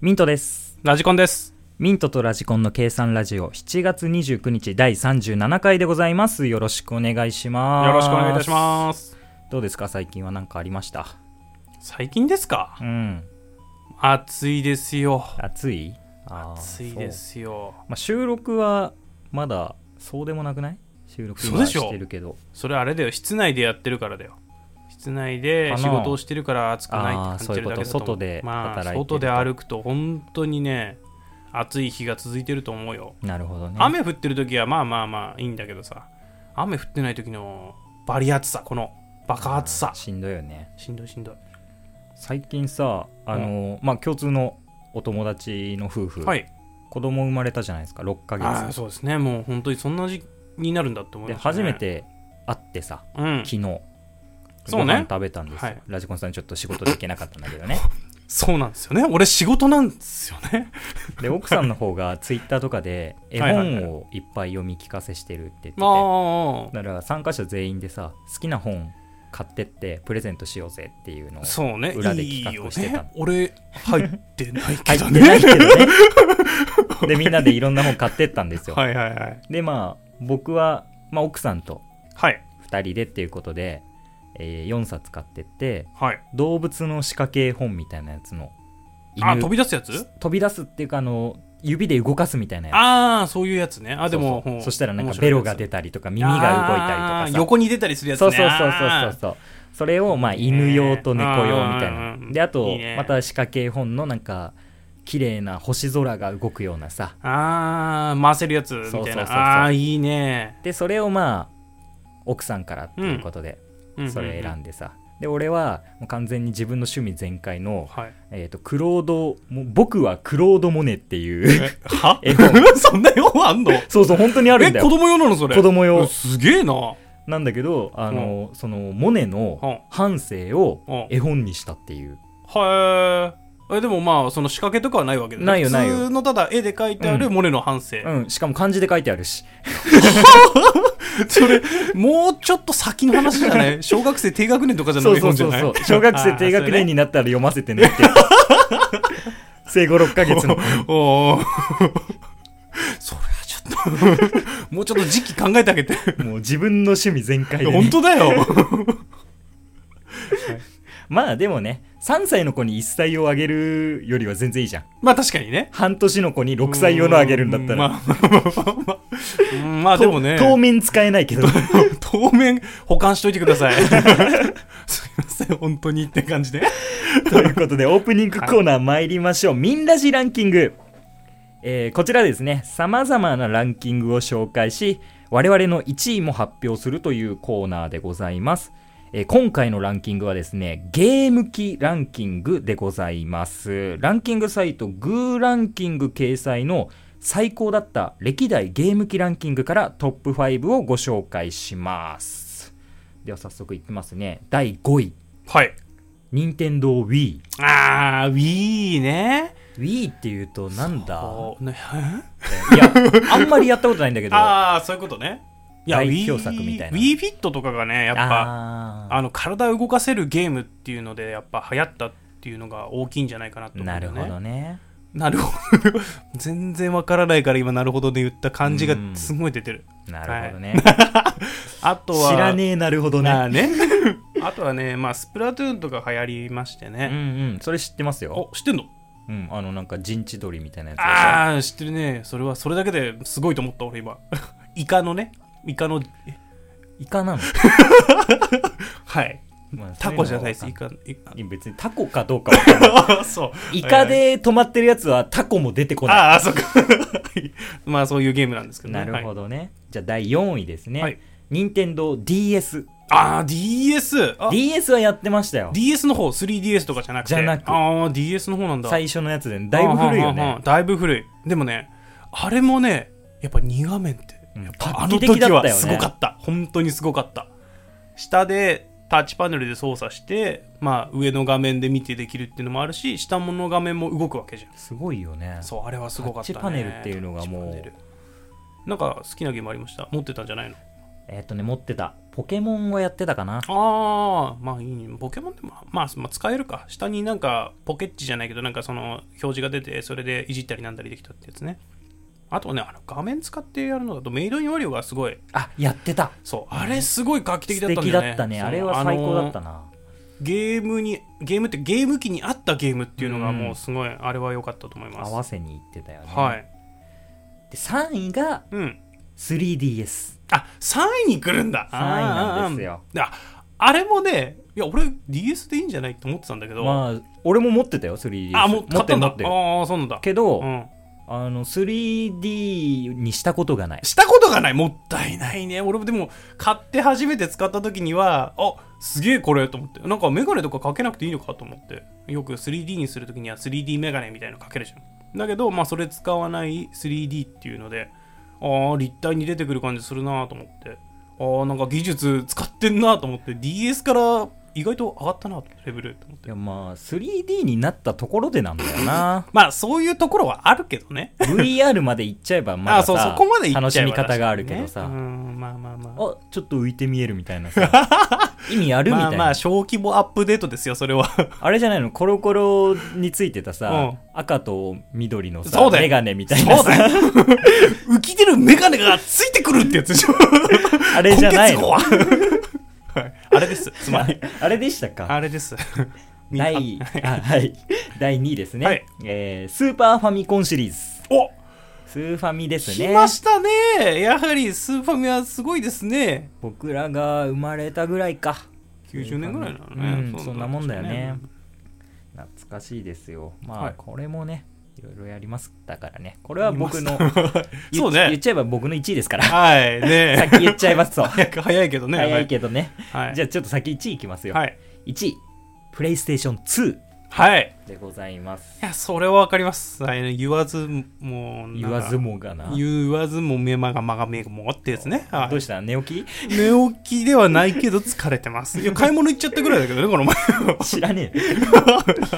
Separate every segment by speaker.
Speaker 1: ミントです。
Speaker 2: ラジコンです。
Speaker 1: ミントとラジコンの計算ラジオ7月29日第37回でございます。よろしくお願いします。
Speaker 2: よろしくお願いいたし
Speaker 1: す。
Speaker 2: ます。
Speaker 1: どうですか最近は何かありました
Speaker 2: 最近ですか
Speaker 1: うん。
Speaker 2: 暑いですよ。
Speaker 1: 暑いあー
Speaker 2: 暑いで。すよ
Speaker 1: そう。まあ、収録はまだそうでもなくない収録
Speaker 2: そう
Speaker 1: 今
Speaker 2: でしょ
Speaker 1: してるけど。
Speaker 2: それあれだよ、室内でやってるからだよ。室内で
Speaker 1: かな
Speaker 2: 仕事をしてるから暑くないって感じてるだ
Speaker 1: あー
Speaker 2: けだと思
Speaker 1: そういうこと外で働いて
Speaker 2: まあ、
Speaker 1: ると
Speaker 2: 外で歩くと本当にね、暑い日が続いてると思うよ。
Speaker 1: なるほどね。
Speaker 2: 雨降ってる時はまあまあまあいいんだけどさ、雨降ってない時のバリ暑さ、このバカ暑さ。
Speaker 1: しんどいよね。
Speaker 2: しんどいしんどい。
Speaker 1: 最近さ、あの、まあ、共通のお友達の夫婦、
Speaker 2: はい。
Speaker 1: 子供生まれたじゃないですか、6ヶ
Speaker 2: あー
Speaker 1: 月。
Speaker 2: そうですね、もう本当にそんな時期になるんだって思い
Speaker 1: で、
Speaker 2: ました、ね。
Speaker 1: 初めて会ってさ、
Speaker 2: うん、
Speaker 1: 昨日
Speaker 2: そうね
Speaker 1: ご飯食べたんですよ、
Speaker 2: はい
Speaker 1: ラジコンさんちょっと仕事で行けなかったんだけど ね
Speaker 2: そうなんですよね。俺仕事なんですよ ね。
Speaker 1: で奥さんの方がツイッターとかで絵
Speaker 2: はいはいはい
Speaker 1: 本をいっぱい読み聞かせしてるって言ってて、
Speaker 2: あ
Speaker 1: だから参加者全員でさ好きな本買ってってプレゼントしようぜっていうのを
Speaker 2: あ、そうね。
Speaker 1: 裏で
Speaker 2: いい
Speaker 1: 企
Speaker 2: よ
Speaker 1: 画してた
Speaker 2: ね。俺入ってない
Speaker 1: 入
Speaker 2: け
Speaker 1: っ
Speaker 2: ど
Speaker 1: て
Speaker 2: ね。
Speaker 1: ないけど ねでみんなでいろんな本買ってったんですよ、
Speaker 2: はいはいはい。
Speaker 1: でまあ僕は、まあ、奥さんと
Speaker 2: はい。
Speaker 1: 2人でっていうことで、え4冊買ってって
Speaker 2: はい。
Speaker 1: 動物の仕掛け絵本みたいなやつの
Speaker 2: あ、飛び出すやつ
Speaker 1: 飛び出すっていうかあの指で動かすみたいなやつ
Speaker 2: ああ、そういうやつね。あ、でも、
Speaker 1: そうそう
Speaker 2: ほう
Speaker 1: そしたらなんかベロが出たりとか耳が動いた
Speaker 2: あ
Speaker 1: り
Speaker 2: ー
Speaker 1: とかさ
Speaker 2: 横に出たりするやつ
Speaker 1: そ
Speaker 2: ね。
Speaker 1: うそうそうそう
Speaker 2: あ
Speaker 1: そうそうそれをまあ犬用と猫用みたい
Speaker 2: うんうんう
Speaker 1: なんであと
Speaker 2: いいね
Speaker 1: また仕掛け絵本のなんか綺麗な星空が動くようなさ
Speaker 2: ーあー、回せるやつみたいな。
Speaker 1: そうそうそうそう
Speaker 2: ああ、いいね。
Speaker 1: でそれをまあ奥さんからっていうことでそれ選
Speaker 2: で。
Speaker 1: んでさで俺はもう完全に自分の趣味全開の、
Speaker 2: はい。
Speaker 1: えー、とクロードも僕はクロード・モネっていう
Speaker 2: は
Speaker 1: 絵本
Speaker 2: そんな用あんの
Speaker 1: そうそう本当にある
Speaker 2: え、
Speaker 1: んだ
Speaker 2: 子
Speaker 1: よ
Speaker 2: 供用なのそれ。
Speaker 1: 子供用
Speaker 2: うんすげえな。は
Speaker 1: なんだけどあの、そのモネの半生を
Speaker 2: うん
Speaker 1: 絵本にしたっていう、
Speaker 2: え。え、でもまあ、その仕掛けとかはないわけだね
Speaker 1: ないよないよ
Speaker 2: 普通のただ絵で描いてあるモネの反省。
Speaker 1: うん、しかも漢字で書いてあるし
Speaker 2: それ、もうちょっと先の話じゃない小学生低学年とかじゃな
Speaker 1: そ
Speaker 2: いう
Speaker 1: そ
Speaker 2: 本
Speaker 1: う
Speaker 2: じゃ
Speaker 1: そう
Speaker 2: な
Speaker 1: そ
Speaker 2: い
Speaker 1: う小学生低学年になったら読ませてねっていう生後6ヶ月の
Speaker 2: あー。それね おーそれはちょっと、もうちょっと時期考えてあげて。
Speaker 1: もう自分の趣味全開で、
Speaker 2: 本
Speaker 1: ね、
Speaker 2: 当だよ。
Speaker 1: まあでもね3歳の子に1歳をあげるよりは全然いいじゃん
Speaker 2: まあ確かにね。
Speaker 1: 半年の子に6歳用のあげるんだったら
Speaker 2: まあまあまあまあうんまあでもね。
Speaker 1: 当面使えないけど
Speaker 2: 当面保管しといてくださいすいません本当にって感じで
Speaker 1: ということでオープニングコーナー参りましょう、ミンラジランキング、えーこちらですねさまざまなランキングを紹介し我々の1位も発表するというコーナーでございます、えー今回のランキングはですねゲーム機ランキングでございますランキングサイトグーランキング掲載の最高だった歴代ゲーム機ランキングからトップ5をご紹介しますでは早速いきますね第5位
Speaker 2: はい
Speaker 1: 任天堂 Wii
Speaker 2: あー Wii ね
Speaker 1: Wii っていうとなんだ
Speaker 2: あね
Speaker 1: いやあんまりやったことないんだけど
Speaker 2: あーそういうことねいや
Speaker 1: 代
Speaker 2: Wii
Speaker 1: 表作みたいな
Speaker 2: Wii フィットとかがねやっぱ
Speaker 1: あー
Speaker 2: あの体を動かせるゲームっていうのでやっぱ流行ったっていうのが大きいんじゃないかなと思うん
Speaker 1: な
Speaker 2: だよ
Speaker 1: る
Speaker 2: ね
Speaker 1: ほどね
Speaker 2: なるほど 全然わからないから今なるほどで言った感じがすごい出てる
Speaker 1: なるほどね、
Speaker 2: あとは
Speaker 1: 知らねえなるほど
Speaker 2: ま
Speaker 1: ね
Speaker 2: あね あとはねまあスプラトゥーンとか流行りまして
Speaker 1: うん
Speaker 2: ね
Speaker 1: うんそれ知ってますよ
Speaker 2: お知ってんの
Speaker 1: うんあのなんか陣地取りみたいなやつでしょ
Speaker 2: ああ、知ってるね。それは、それだけですごいと思った、俺今。 イカのね、イカの、え
Speaker 1: イカなの、
Speaker 2: はい。
Speaker 1: まあ
Speaker 2: タコじゃないです、
Speaker 1: そう
Speaker 2: イ
Speaker 1: うのは
Speaker 2: カ。イカ
Speaker 1: いや別にタコかどうかわかんない
Speaker 2: そう。
Speaker 1: イカで止まってるやつはタコも出てこ
Speaker 2: はい。
Speaker 1: ない
Speaker 2: ああ、そっか。 はいまあ、そういうゲームなんですけど
Speaker 1: な
Speaker 2: ね。
Speaker 1: るほ
Speaker 2: ど。
Speaker 1: どね、じゃあ第4位ですね、
Speaker 2: はい
Speaker 1: 任天堂 d s
Speaker 2: ああ、DS。あ
Speaker 1: DS はやってましたよ
Speaker 2: DS の方、3DS とかじゃなくて。
Speaker 1: じゃなく
Speaker 2: ああ、DS の方なんだ。
Speaker 1: 最初のやつでだいぶ古いよ
Speaker 2: はんはんはんは
Speaker 1: ね
Speaker 2: ん。だいぶ古い。でもね、あれもね、やっぱ2画面って、
Speaker 1: うん
Speaker 2: やっぱ
Speaker 1: 画
Speaker 2: あ
Speaker 1: 期
Speaker 2: の
Speaker 1: 的
Speaker 2: 時
Speaker 1: だったよね
Speaker 2: はすごかった。本当にすごかった。下でタッチパネルで操作して、まあ上の画面で見てできるっていうのもあるし、下の画面も動くわけじゃん。
Speaker 1: すごいよね
Speaker 2: そう、あれはすごかった、
Speaker 1: タ
Speaker 2: ね。
Speaker 1: ッチパネルっていうのがもう
Speaker 2: タッチパネルなんか好きなゲームありました持ってたんじゃないの
Speaker 1: えっ、とね持ってたポケモンをやってたかな
Speaker 2: ああ、まあいいね。ポケモンでも、まあ、まあ、使えるか。下になんか、ポケッチじゃないけど、なんかその、表示が出て、それでいじったりなんだりできたってやつね。あとね、あの、画面使ってやるのだと、メイドインオリオがすごい、
Speaker 1: あやってた
Speaker 2: そう、あれすごい画期的だ
Speaker 1: 素
Speaker 2: ったん
Speaker 1: 敵
Speaker 2: だよ
Speaker 1: だ
Speaker 2: ね。
Speaker 1: ったね
Speaker 2: そう
Speaker 1: あれは最高だった
Speaker 2: あの
Speaker 1: な
Speaker 2: ゲームに、ゲームってゲーム機に合ったゲームっていうのが、もうすごい、あれは良かったと思いま
Speaker 1: 合
Speaker 2: す。
Speaker 1: わせに行ってたよね、
Speaker 2: はい。
Speaker 1: で3位が
Speaker 2: うん。
Speaker 1: 3DS
Speaker 2: あ、3位に来るんだ。
Speaker 1: 3位なんですよ
Speaker 2: あー。ああれもね、いや、俺、DS でいいんじゃないと思ってたんだけど、
Speaker 1: まあ俺も持ってたよ 3DS
Speaker 2: あ、もう
Speaker 1: 持
Speaker 2: 買
Speaker 1: っ
Speaker 2: ってた
Speaker 1: る
Speaker 2: ん
Speaker 1: 持
Speaker 2: だ
Speaker 1: っ。てる
Speaker 2: ああ、そうなんだ。
Speaker 1: けど、
Speaker 2: うん、
Speaker 1: あの 3D にしたことがない
Speaker 2: したことがないもったいないね俺もでも買って初めて使った時にはあすげえこれと思ってなんかメガネとかかけなくていいのかと思ってよく 3D にする時には 3D メガネみたいのかけるじゃんだけどまあそれ使わない 3D っていうのでああ立体に出てくる感じするなと思ってああなんか技術使ってんなと思って DS から意外と上がったなとレベルと思っ
Speaker 1: い
Speaker 2: て
Speaker 1: やまあ 3D になったところでなんだよ な
Speaker 2: まあそういうところはあるけどね
Speaker 1: VR まで行っちゃえばまだ
Speaker 2: あそうそ
Speaker 1: さ
Speaker 2: こまでいっちゃえば
Speaker 1: 楽しみ
Speaker 2: 確か
Speaker 1: 方
Speaker 2: に
Speaker 1: があるけどさ、
Speaker 2: ねうんまあまあまあ
Speaker 1: あちょっと浮いて見えるみたいなさ意味あるみたいな、
Speaker 2: まあまあ小規模アップデートですよそ れは
Speaker 1: あれじゃないのコロコロについてたさ、
Speaker 2: うん
Speaker 1: 赤と緑のさ
Speaker 2: そうだよ
Speaker 1: メガネみたいなさ
Speaker 2: 浮き出るメガネがついてくるってやつでしょ
Speaker 1: あれじゃないの
Speaker 2: 今月 号ははいあれですつまり
Speaker 1: あれでしたか
Speaker 2: あれです
Speaker 1: 第あ はい、第2位ですね、
Speaker 2: はい
Speaker 1: えースーパーファミコンシリーズ
Speaker 2: お
Speaker 1: スーファミです
Speaker 2: 来
Speaker 1: ね
Speaker 2: ましたねやはりスーファミはすごいですね
Speaker 1: 僕らが生まれたぐらいか
Speaker 2: 90年ぐらいなのね
Speaker 1: うん、
Speaker 2: そう
Speaker 1: そんなもんだよね
Speaker 2: そう
Speaker 1: 懐かしいですよまあ、
Speaker 2: はい
Speaker 1: これもねいろいろやりますだからねこれは僕 の言
Speaker 2: そう
Speaker 1: 言っ
Speaker 2: ね
Speaker 1: ちゃえば僕の1位ですから
Speaker 2: はいね
Speaker 1: 先言っちゃい ますと
Speaker 2: 早く早いけどね
Speaker 1: 早いけどね、
Speaker 2: はい
Speaker 1: じゃあちょっと先1位いきますよ、
Speaker 2: はい
Speaker 1: 1位プレイステーション2
Speaker 2: はい
Speaker 1: でございます
Speaker 2: いやそれはわかりますはい言わずもうなんか
Speaker 1: 言わずもがな
Speaker 2: 言わずも目まがまがめもってやつね、はい
Speaker 1: どうした寝 起き
Speaker 2: 寝起きではないけど疲れて ますいや買い物行っちゃったぐらいだけどねこの前は
Speaker 1: 知らねえ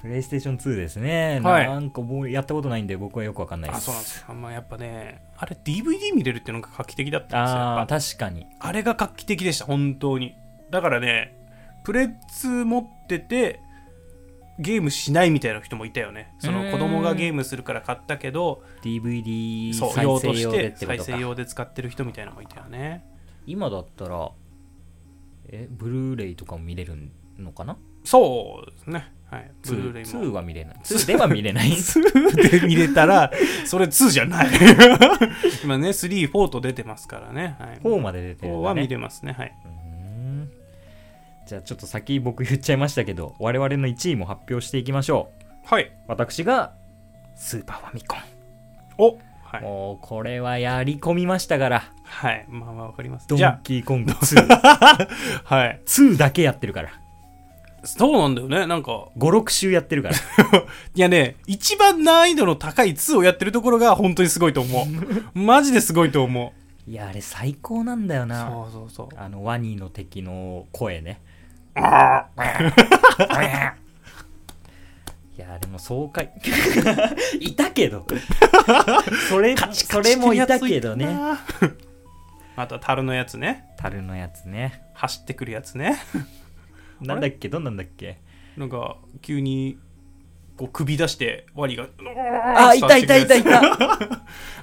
Speaker 1: プレイステーション2ですね、
Speaker 2: はい
Speaker 1: なんかもうやったことないんで僕はよくわかんないで
Speaker 2: あ
Speaker 1: す
Speaker 2: そうなんですよあんまあやっぱねあれ DVD 見れるっていうのが画期的だったんですよや
Speaker 1: あ
Speaker 2: っぱ
Speaker 1: ー確かに
Speaker 2: あれが画期的でした本当にだからねプレッツ持っててゲームしないみたいな人もいたよねそう
Speaker 1: ー
Speaker 2: の
Speaker 1: ん
Speaker 2: 子供がゲームするから買ったけど
Speaker 1: DVD
Speaker 2: そう
Speaker 1: 再
Speaker 2: 用と
Speaker 1: 生
Speaker 2: し
Speaker 1: 用でっててこ
Speaker 2: 再
Speaker 1: と
Speaker 2: 生
Speaker 1: か
Speaker 2: 用で使ってる人みたいなのもいたよね
Speaker 1: 今だったらえブルーレイとかも見れるのかな
Speaker 2: そうですねはいブルーレイ
Speaker 1: 2
Speaker 2: も
Speaker 1: 2は見れない2では見 れない
Speaker 2: 2で見れた ら、それ2じゃない。 今ね、3、4と出てますからね。はい、
Speaker 1: 4まで出てる
Speaker 2: 4
Speaker 1: ん
Speaker 2: は
Speaker 1: だ
Speaker 2: 見
Speaker 1: ね
Speaker 2: れますね。はい。
Speaker 1: うーんじゃあちょっと先僕言っちゃいましたけど我々の1位も発表していきましょう
Speaker 2: はい。
Speaker 1: 私がスーパーファミコン、
Speaker 2: おはい。
Speaker 1: もうこれはやり込みましたから
Speaker 2: はい。まあまあわかります。
Speaker 1: ドン
Speaker 2: じゃ
Speaker 1: キーコン グ2
Speaker 2: あ、 はい。
Speaker 1: 2だけやってるから
Speaker 2: そうなんだよね。なんか、
Speaker 1: 56週やってるから
Speaker 2: いやね、一番難易度の高い2をやってるところが本当にすごいと思 う。マジですごいと思う。
Speaker 1: いやあれ最高なんだよな
Speaker 2: そうそうそう。
Speaker 1: あのワニの敵の声ね。 いやでも爽快 いたけ どそれそれもいたけどね。
Speaker 2: あとは樽のやつね。
Speaker 1: 樽のやつね
Speaker 2: 走ってくるやつね。
Speaker 1: なんだっけどんなんだっけ
Speaker 2: なんか、急に、こう、首出して、ワニが、
Speaker 1: あ
Speaker 2: あ
Speaker 1: いたいたいたいた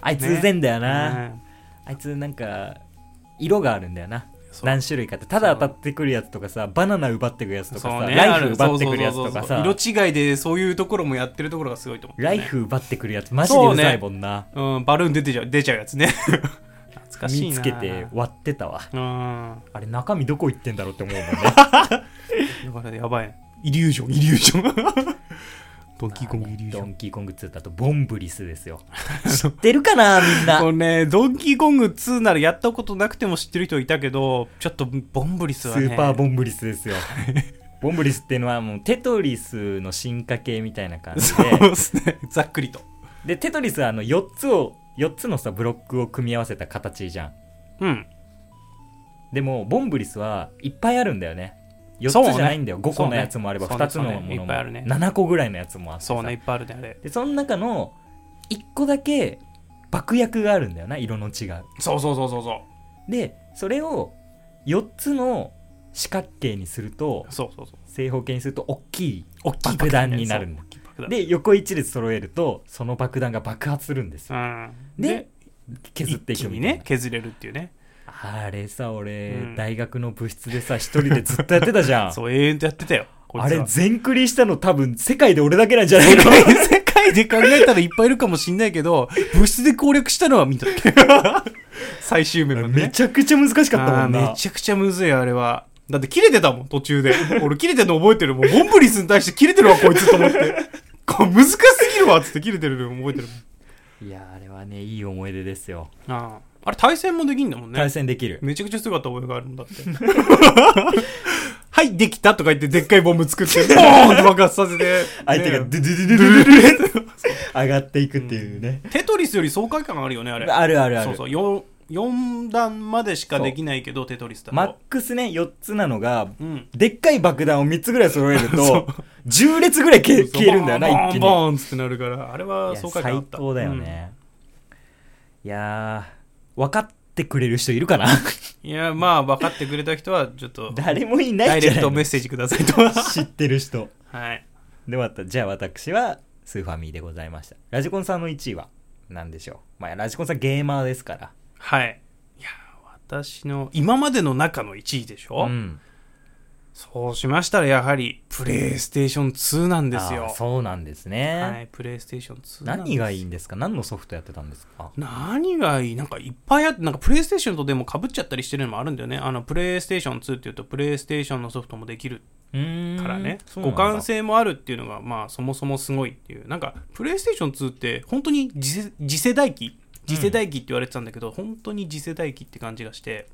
Speaker 1: あいつ
Speaker 2: ね
Speaker 1: うぜんだよな、
Speaker 2: ね
Speaker 1: あいつなんか色があるんだよな
Speaker 2: そう
Speaker 1: 何種類かってただ当たってくるやつとかさバナナ奪ってくるやつとか
Speaker 2: そう
Speaker 1: さ、
Speaker 2: ね
Speaker 1: ラ
Speaker 2: あ
Speaker 1: イフ
Speaker 2: る
Speaker 1: 奪ってくるやつとか
Speaker 2: そうそう
Speaker 1: さ
Speaker 2: そうそう色違いでそういうところもやってるところがすごいと思う、
Speaker 1: ライフ奪ってくるやつマジでうざいもんな、
Speaker 2: うんバルーン出てちゃう出ちゃうやつね懐かしい
Speaker 1: 見
Speaker 2: な
Speaker 1: つけて割ってたわ
Speaker 2: うん
Speaker 1: あれ中身どこ行ってんだろうって思うもんね
Speaker 2: だからやばいイリュージョンイリュージョン ドンキーコングイリュージ
Speaker 1: ド
Speaker 2: ョン
Speaker 1: ンキーコング2だとボンブリスです よ知ってるかなみんな
Speaker 2: これねドンキーコング2ならやったことなくても知ってる人いたけどちょっとボンブリス
Speaker 1: ス
Speaker 2: はね
Speaker 1: ーパーボンブリスです よボンブリスっていうのはもうテトリスの進化系みたいな感じ
Speaker 2: そう
Speaker 1: で
Speaker 2: ですねざっくりと
Speaker 1: でテトリスはあの4つを4つのさブロックを組み合わせた形じゃん
Speaker 2: うん
Speaker 1: でもボンブリスはいっぱいあるんだよね
Speaker 2: そうね
Speaker 1: 4つじゃないんだよ、5個
Speaker 2: そう
Speaker 1: の
Speaker 2: ね
Speaker 1: やつもあれば
Speaker 2: そう
Speaker 1: 2
Speaker 2: ね
Speaker 1: つのも
Speaker 2: そうねい
Speaker 1: の
Speaker 2: っ
Speaker 1: も
Speaker 2: ぱいあるね
Speaker 1: 7個ぐらいのやつもあってさ
Speaker 2: そうねいっぱいあるねあれ
Speaker 1: でその中の1個だけ爆薬があるんだよな色の違う
Speaker 2: そうそうそうそうそう
Speaker 1: でそれを4つの四角形にすると
Speaker 2: そうそうそう
Speaker 1: 正方形にすると大きい
Speaker 2: 大きい
Speaker 1: 爆弾になるんだ
Speaker 2: そう大きい爆弾
Speaker 1: で横一列揃えるとその爆弾が爆発するんですよ
Speaker 2: うん、
Speaker 1: で削っていく
Speaker 2: 一気に
Speaker 1: みたい
Speaker 2: ね
Speaker 1: な
Speaker 2: 削れるっていうね
Speaker 1: あれさ俺、
Speaker 2: うん
Speaker 1: 大学の部室でさ一人でずっとやってたじ ゃん
Speaker 2: そう永遠とやってたよこいつ
Speaker 1: あ
Speaker 2: は
Speaker 1: れ全クリしたの多分世界で俺だけなんじゃない
Speaker 2: 世
Speaker 1: の
Speaker 2: 界世界で考えたらいっぱいいるかもしんないけど物質で攻略したのは 見ただけ最終面までね
Speaker 1: めちゃくちゃ難しかったもん
Speaker 2: あー
Speaker 1: な
Speaker 2: めちゃくちゃむずいあれはだって切れてたもん途中で俺切れてるの覚えてるもうボンブリスに対して切れてるわこいつと思 ってこれ難しすぎるわっつって切れてるの覚えてるもん
Speaker 1: いやあれはねいい思い出ですよ、
Speaker 2: あーあれ対戦もできんだもんね
Speaker 1: 対戦できる
Speaker 2: めちゃくちゃすごかった覚えがあるんだって はいできたとか言ってでっかいボム 作ってボーンと爆発させて
Speaker 1: 相手がドゥド
Speaker 2: ね
Speaker 1: ゥドゥドゥドゥドゥ上がっていくっていうね、
Speaker 2: テトリスより爽快感あるよねあれ
Speaker 1: あるあるある
Speaker 2: そうそう 4, 4段までしかできないけどテトリスだと、
Speaker 1: マックスね4つなのが
Speaker 2: うん
Speaker 1: でっかい爆弾を3つぐらい揃える
Speaker 2: そ
Speaker 1: と
Speaker 2: う
Speaker 1: 10列ぐらい消え消えるんだよな
Speaker 2: ボーン
Speaker 1: 一気に
Speaker 2: ボーンボーンっつってなるからあれ
Speaker 1: い
Speaker 2: は
Speaker 1: や
Speaker 2: 爽快感あ
Speaker 1: 最
Speaker 2: った
Speaker 1: 高だよ
Speaker 2: うん
Speaker 1: ね、いやー分かってくれる人いるかな
Speaker 2: いや、まあ、分かってくれた人は、ちょっと、
Speaker 1: 誰もいな
Speaker 2: ダ
Speaker 1: いん
Speaker 2: イ
Speaker 1: じ
Speaker 2: レ
Speaker 1: ゃない
Speaker 2: クト
Speaker 1: の
Speaker 2: メッセージくださ いとは。
Speaker 1: 知ってる人
Speaker 2: はい。
Speaker 1: でまたじゃあ私はスーファミでございましたラジコンさんの1位は何でしょう、まあ、ラジコンさんゲーマーですから
Speaker 2: はい。いや、私の、今までの中の1位でしょ、
Speaker 1: うん
Speaker 2: そうしましたら、やはり、プレイステーション2なんですよ
Speaker 1: あー。そうなんですね、
Speaker 2: はい、プレイステーション2なんです
Speaker 1: 何がいいんですか何のソフトやってたんですか
Speaker 2: 何がいいなんかいっぱいあって、なんかプレイステーションとでも被っちゃったりしてるのもあるんだよね。あの、プレイステーション2っていうと、プレイステーションのソフトもできる
Speaker 1: か
Speaker 2: からね互換性もあるっていうのがまあそもそもすごいっていうなんかプレイステーション2って本当に次世次世代機次世代機って言われてたんだけど、本当に次世代機って感じがして、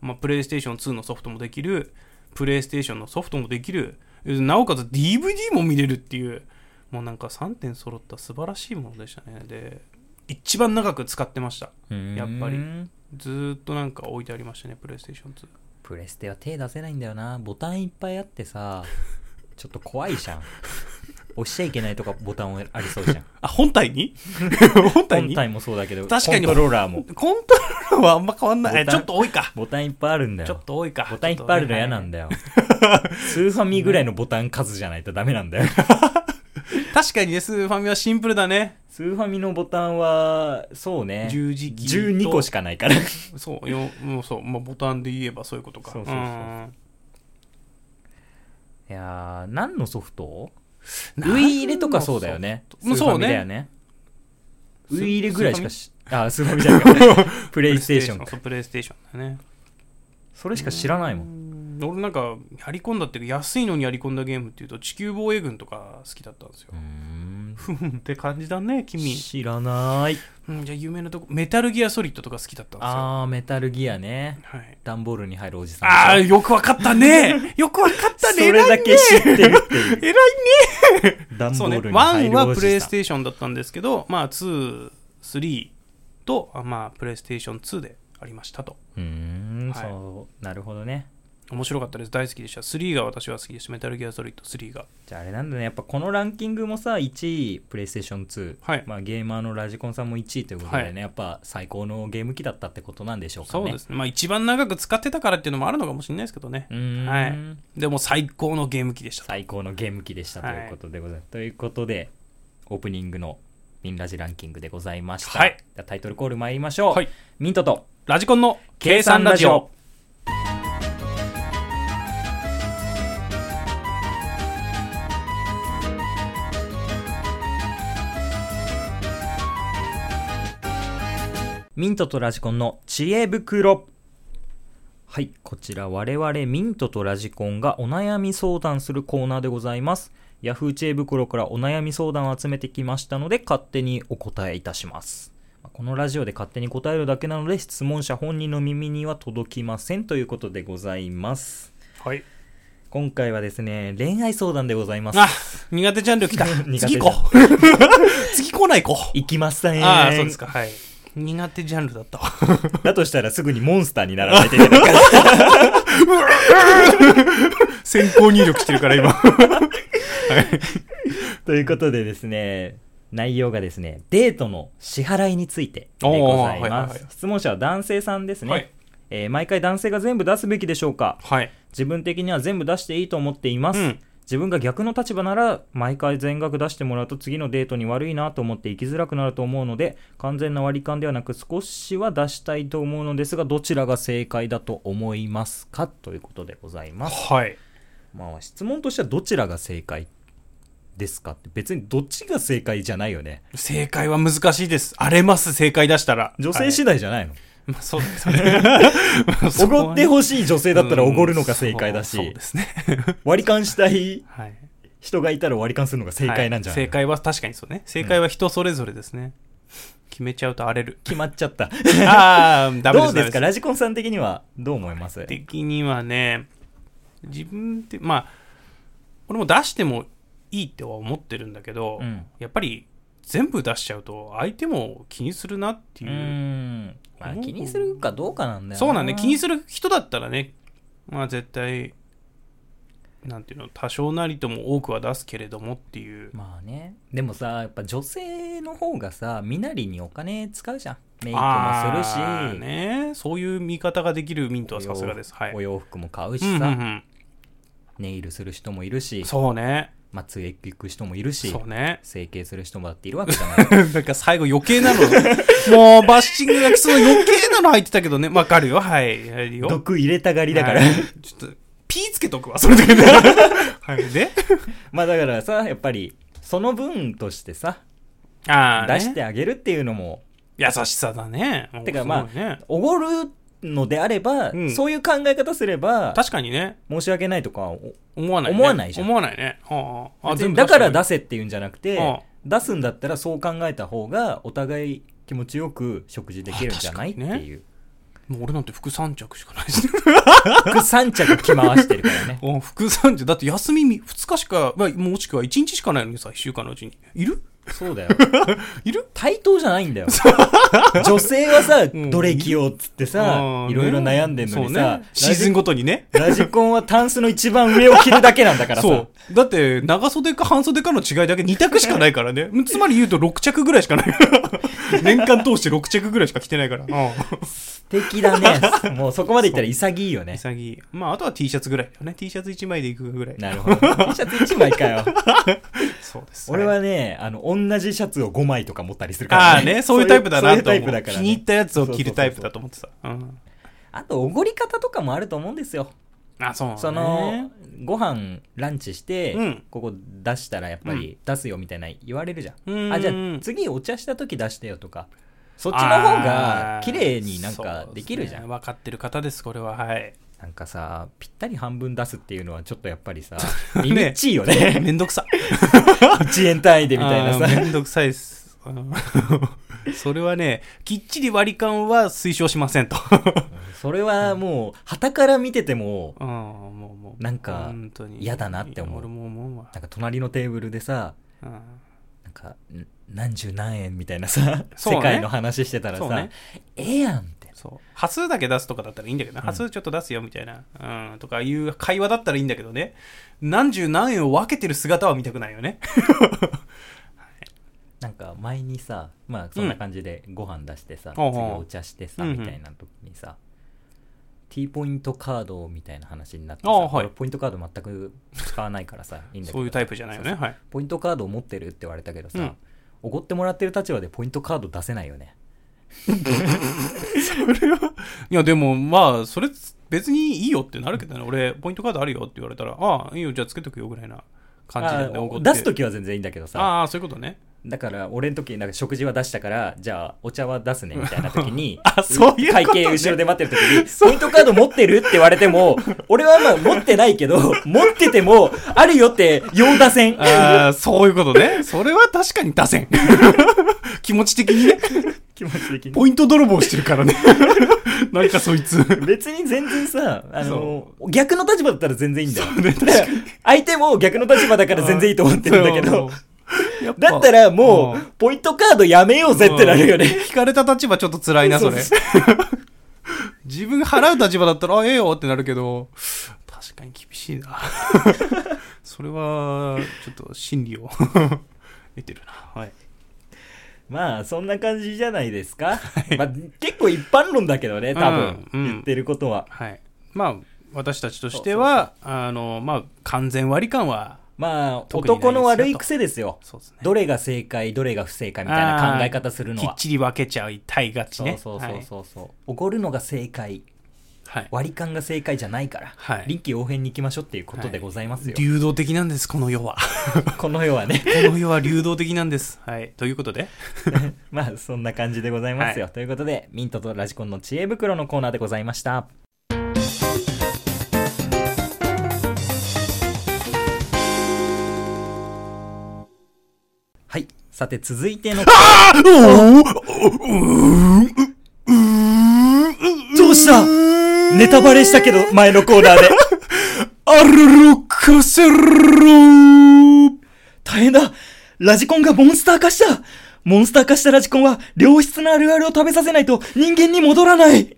Speaker 2: まあ、プレイステーション2のソフトもできるプレイステーションのソフトもできるなおかつ DVD も見れるっていうもうなんか3点揃った素晴らしいものでしたねで一番長く使ってましたやっぱりずーっとなんか置いてありましたねプレイステーション2
Speaker 1: プレステは手出せないんだよなボタンいっぱいあって さちょっと怖いじゃん押しちゃいけないとかボタンありそうじゃん
Speaker 2: あ 本体に本体
Speaker 1: 本
Speaker 2: に
Speaker 1: 体もそうだけど
Speaker 2: 確かに
Speaker 1: コントローラー も
Speaker 2: コントローラーはあんま変わんない。え
Speaker 1: ボ
Speaker 2: ち
Speaker 1: タ
Speaker 2: ょ
Speaker 1: ン
Speaker 2: っと多いか。
Speaker 1: ボタンいっぱいあるんだ
Speaker 2: ちょっ
Speaker 1: よ
Speaker 2: と多いか。
Speaker 1: ボタンいっぱいあるの嫌なん だよスーファミぐらいのボタン数じゃないとダメなんだよ
Speaker 2: 確かにね、スーファミはシンプルだね。
Speaker 1: スーファミのボタンはそうね
Speaker 2: 十字キーと
Speaker 1: 12個しかないから
Speaker 2: そう、よもうそう、まあ、ボタンで言えばそういうことか。
Speaker 1: そうそうそうんいやー何のソフトウイイレとかそうだよね。
Speaker 2: 何の
Speaker 1: スーフ
Speaker 2: ソ
Speaker 1: ァ
Speaker 2: フト
Speaker 1: ミだよね。
Speaker 2: そうね
Speaker 1: ウイイレぐらいしかし、あ、スーファミじゃないか プレイステーションか。
Speaker 2: そう、プレイステーションだね。
Speaker 1: それしか知らないもん。
Speaker 2: ん。俺なんか、やり込んだっていうか、安いのにやり込んだゲームっていうと、地球防衛軍とか好きだったんですよ
Speaker 1: う。ん
Speaker 2: ふふんって感じだね、君。
Speaker 1: 知らない。
Speaker 2: うん、じゃあ、有名なとこ、メタルギアソリッドとか好きだったんですよ。
Speaker 1: あー、メタルギアね。
Speaker 2: はい。
Speaker 1: 段ボールに入るおじさん。
Speaker 2: ああ、よくわかったね。よくわかったね。
Speaker 1: それだけ知ってるっていう。
Speaker 2: 偉いね。
Speaker 1: 段ボ
Speaker 2: そう
Speaker 1: ー
Speaker 2: ね。
Speaker 1: ルに入
Speaker 2: 1
Speaker 1: るおじさん。
Speaker 2: はプレイステーションだったんですけど、まあ2、3と、あまあプレイステーション2でありましたと。
Speaker 1: うーん、
Speaker 2: はい
Speaker 1: そう、なるほどね。
Speaker 2: 面白かったです。大好きでした。3が私は好きでした。メタルギアソリッド3が。
Speaker 1: じゃああれなんだねやっぱこのランキングもさ1位プレイステーション2、
Speaker 2: はい
Speaker 1: まあ、ゲーマーのラジコンさんも1位ということでね、
Speaker 2: はい
Speaker 1: やっぱ最高のゲーム機だったってことなんでしょうかね
Speaker 2: そうですすね。まあ一番長く使ってたからっていうのもあるのかもしれないですけどね。
Speaker 1: ん、
Speaker 2: はいでも最高のゲーム機でした。
Speaker 1: 最高のゲーム機でしたと
Speaker 2: はい
Speaker 1: いうことでございます、ということでオープニングのミンラジランキングでございました、
Speaker 2: はい
Speaker 1: じゃあタイトルコール参りましょう、
Speaker 2: はい
Speaker 1: ミントと
Speaker 2: ラジコンの計算ラジオ。
Speaker 1: ミントとラジコンの知恵袋はいこちら我々ミントとラジコンがお悩み相談するコーナーでございますヤフー知恵袋からお悩み相談を集めてきましたので勝手にお答えいたしますまあこのラジオで勝手に答えるだけなので質問者本人の耳には届きませんということでございます
Speaker 2: はい。
Speaker 1: 今回はですね恋愛相談でございます
Speaker 2: あ、苦手ジャンル来た
Speaker 1: 苦手。ジャンル
Speaker 2: 次行こう。次来ない子。
Speaker 1: 行きましたね
Speaker 2: ああ、そうですか。はい。苦手ジャンルだったわ。
Speaker 1: だとしたらすぐにモンスターにならないといけないから
Speaker 2: 先行入力してるから今。
Speaker 1: ということでですね内容がですねデートの支払いについてでござい
Speaker 2: おーはい
Speaker 1: ま
Speaker 2: はいは
Speaker 1: す
Speaker 2: い
Speaker 1: 質問者は男性さんですね、
Speaker 2: はい
Speaker 1: えー毎回男性が全部出すべきでしょうか
Speaker 2: はい。
Speaker 1: 自分的には全部出していいと思っています、
Speaker 2: うん
Speaker 1: 自分が逆の立場なら毎回全額出してもらうと次のデートに悪いなと思って行きづらくなると思うので完全な割り勘ではなく少しは出したいと思うのですがどちらが正解だと思いますかということでございます、
Speaker 2: はい。
Speaker 1: まあ、質問としてはどちらが正解ですかって別にどっちが正解じゃないよね
Speaker 2: 正解は難しいです。荒れます、正解出したら。
Speaker 1: 女性次第じゃないの
Speaker 2: はいまあ、そうです ね。まあそ
Speaker 1: お
Speaker 2: こは
Speaker 1: ご、ってほしい女性だったらおごるのが正解だ
Speaker 2: うんそうそう
Speaker 1: し
Speaker 2: ですね。
Speaker 1: 割り勘したい
Speaker 2: はい。
Speaker 1: 人がいたら割り勘するのが正解なんじゃないの。
Speaker 2: はい正解は確かにそうね。正解は人それぞれですね。決めちゃうと荒れる
Speaker 1: 決まっちゃった
Speaker 2: ああ、ダメで
Speaker 1: どう
Speaker 2: す。
Speaker 1: ですか
Speaker 2: ダメ
Speaker 1: ラジコンさん的にはどう思います
Speaker 2: です的にはね、自分って、まあ、俺も出してもいいっては思ってるんだけど、
Speaker 1: うん
Speaker 2: やっぱり全部出しちゃうと相手も気にするなって
Speaker 1: う
Speaker 2: いう。
Speaker 1: ん、まあ、気にするかどうかなんだよ
Speaker 2: そうなんね。気に
Speaker 1: す
Speaker 2: する人だったらね、まあ絶対、なんていうの、多少なりとも多くは出すけれどもっていう。
Speaker 1: まあねでもさやっぱ女性の方がさ身なりにお金使うじゃんメイク
Speaker 2: あ
Speaker 1: もする
Speaker 2: あ
Speaker 1: し、
Speaker 2: ーね、そういう見方ができるミント
Speaker 1: お
Speaker 2: は
Speaker 1: 洋
Speaker 2: さすがです。はい。
Speaker 1: お洋服も買うし
Speaker 2: うんう
Speaker 1: さ、
Speaker 2: ん
Speaker 1: ネイルする人もいる
Speaker 2: う
Speaker 1: し
Speaker 2: ん、そうね。
Speaker 1: まあ、杖行く人もいるし。
Speaker 2: そうね
Speaker 1: 整形する人もだっているわけじゃない
Speaker 2: なんか最後余 計なの。もうバッシングが来そう余計なの入ってたけどね。わかるよ。はい。はい よ
Speaker 1: 毒入れたがりだから、
Speaker 2: はいちょっと、ピーつけとくわ、それだけで。はい。で
Speaker 1: まあだからさやっぱりその分としてさ
Speaker 2: ああ、
Speaker 1: 出してあげるっていうのも
Speaker 2: 優しさだね。
Speaker 1: てかまあ
Speaker 2: すごいね
Speaker 1: おごるのであれば、
Speaker 2: うん
Speaker 1: そういう考え方すれば
Speaker 2: 確かにね、
Speaker 1: 申し訳ないとかお
Speaker 2: 思わない、ね。
Speaker 1: 思わないじゃん
Speaker 2: 思わないね。はあ、あ
Speaker 1: 別にだから出
Speaker 2: す。
Speaker 1: せっていうんじゃなくて、
Speaker 2: あ
Speaker 1: 出すんだったらそう考えた方がお互い気持ちよく食事できるんじゃない、
Speaker 2: あ確か
Speaker 1: っ
Speaker 2: に
Speaker 1: て
Speaker 2: ね
Speaker 1: いう
Speaker 2: もう俺なんて服三着しかないですね。
Speaker 1: 服3着着回してるから ね
Speaker 2: あ服三着。だって休みみ二日しか、まあもしくは一日しかないのにさ、一週間のうちに。いる
Speaker 1: そうだよ
Speaker 2: いる
Speaker 1: 対等じ ゃないんだよ女性はさ、
Speaker 2: ん
Speaker 1: どれ着ようっつってさ
Speaker 2: あー
Speaker 1: いろいろ悩んでんのに
Speaker 2: そう
Speaker 1: さ、
Speaker 2: ね、シーズンごとにね。
Speaker 1: ラジコンはタンスの一番上を着るだけなんだからさ
Speaker 2: そう。だって、長袖か半袖かの違いだけ2択しかないからね。つまり言うと6着ぐらいし かないから。年間通して6着ぐらいしか着てないから。
Speaker 1: 素敵だねもうそこまでいったら潔いよね
Speaker 2: 潔い。まあ、あとは T シャツぐらいだよね。T シャツ1枚でいくぐらい。
Speaker 1: なるほど T シャツ1枚かよ
Speaker 2: そうです。
Speaker 1: 俺はね、あの、同じシャツを5枚とか持ったりするから、
Speaker 2: あ あね、そういうタイプだなと
Speaker 1: そうい
Speaker 2: 思
Speaker 1: う
Speaker 2: う。
Speaker 1: タイプだから、
Speaker 2: 気
Speaker 1: ね。
Speaker 2: に入ったやつを着るタイプだと思ってた。うん。
Speaker 1: あと、おごり方とかもあると思うんですよ。
Speaker 2: あ、そうなね
Speaker 1: その、ご飯、ランチして、
Speaker 2: うん
Speaker 1: ここ出したらやっぱり出すよみたいな言われるじゃん。
Speaker 2: うん
Speaker 1: あ、じゃあ次お茶した時出してよとか。そっちの方が
Speaker 2: あー
Speaker 1: 綺麗になんかできるじゃん。
Speaker 2: そうですね分かってる方です、これは。はい。
Speaker 1: なんかさ、ぴったり半分出すっていうのはちょっとやっぱり さ、リミッチいよ ね。
Speaker 2: めんどくさ。
Speaker 1: 1円単位でみたいな
Speaker 2: あー
Speaker 1: さ。
Speaker 2: めんどくさいです。あの それはね、きっちり割り勘は推奨しま せんと。
Speaker 1: それはもう、旗から見てても、
Speaker 2: うん、もう、もう。
Speaker 1: なんか
Speaker 2: 本当に
Speaker 1: 嫌だなって思う
Speaker 2: 俺も思うわ。
Speaker 1: なんか隣のテーブルでさ、
Speaker 2: うん
Speaker 1: なんか、ん何十何円みたいなさ、
Speaker 2: そうね
Speaker 1: 世界の話してたら
Speaker 2: そう
Speaker 1: さ、
Speaker 2: ね
Speaker 1: ええやんって。
Speaker 2: そう。端数だけ出すとかだったらいいんだけどな。
Speaker 1: ん
Speaker 2: 端数ちょっと出すよみたいな。うん、とかいう会話だったらいいんだけどね。何十何円を分けてる姿は見たくないよね。
Speaker 1: なんか前にさ、まあそんな感じでご飯出してさ、
Speaker 2: ほうほう
Speaker 1: 次お茶してさ、
Speaker 2: うんうん
Speaker 1: みたいな時にさ、T ポイントカードみたいな話になってさ、
Speaker 2: ああはい
Speaker 1: 俺ポイントカード全く使わないからさ、いいんだけど。
Speaker 2: そういうタイプじゃないよね。
Speaker 1: そうそう
Speaker 2: はい。
Speaker 1: ポイントカードを持ってるって言われたけどさ、
Speaker 2: うん
Speaker 1: おごってもらってる立場でポイントカード出せないよね。
Speaker 2: いや、でも、まあ、それ、別にいいよってなるけどね。俺、ポイントカードあるよって言われたら、ああ、いいよ、じゃあつけとくよぐらいな感じで、ね、
Speaker 1: ああ
Speaker 2: 怒って
Speaker 1: 出す時は全然いいんだけどさ、
Speaker 2: ああ、そういうことね。
Speaker 1: だから俺の時なんか食事は出したからじゃあお茶は出すねみたいな時に
Speaker 2: あそういうことね
Speaker 1: 会計後ろで待ってる時にポイントカード持ってるって言われても俺はまあ持ってないけ ど持っててもあるよって用出せん
Speaker 2: ああ、そういうことね。それは確かに出せん。 気持ち的にね。
Speaker 1: 気持ち的に
Speaker 2: ポイント泥棒してるからね。 なんかそ いつ。
Speaker 1: 別に全然さあの逆の立場だったら全然いいんだよ、
Speaker 2: 確かに
Speaker 1: 相手も逆の立場だから全然いいと思ってるんだけど
Speaker 2: やぱ
Speaker 1: だったらもう
Speaker 2: う
Speaker 1: んポイントカードやめようぜ ってなるよね
Speaker 2: 聞かれた立場ちょっと辛いな、それ
Speaker 1: そ。
Speaker 2: 自分が払う立場だったら、あ、ええよってなるけど、確かに厳しいな。 それは、ちょっと心理を得てるな。はい。
Speaker 1: まあそんな感じじゃないですか、まあ、結構一般論だけどね多分、
Speaker 2: うんうん
Speaker 1: 言ってることは
Speaker 2: はい、まあ私たちとしてはあのまあ完全割り勘は
Speaker 1: まあ
Speaker 2: 特にないですよ
Speaker 1: 男の悪い癖ですよ
Speaker 2: そうですね
Speaker 1: どれが正解どれが不正解みたいな考え方するの
Speaker 2: きっ
Speaker 1: は
Speaker 2: ちり分けちゃいたいがち
Speaker 1: そう
Speaker 2: ね
Speaker 1: そうそうそうそうおごるのが正解
Speaker 2: はい、はい
Speaker 1: 割り勘が正解じゃないから、
Speaker 2: はい
Speaker 1: 臨機応変に行きましょうっていうことでございますよ、
Speaker 2: 流動的なんですこの世は
Speaker 1: この世はね
Speaker 2: この世は流動的なんですはいということで
Speaker 1: まあそんな感じでございますよ、ということでミントとラジコンの知恵袋のコーナーでございましたはいさて続いてのどうしたネタバレしたけど前のコーナーで
Speaker 2: アルロカセロ
Speaker 1: 大変だラジコンがモンスター化したモンスター化したラジコンは良質なあるあるを食べさせないと人間に戻らない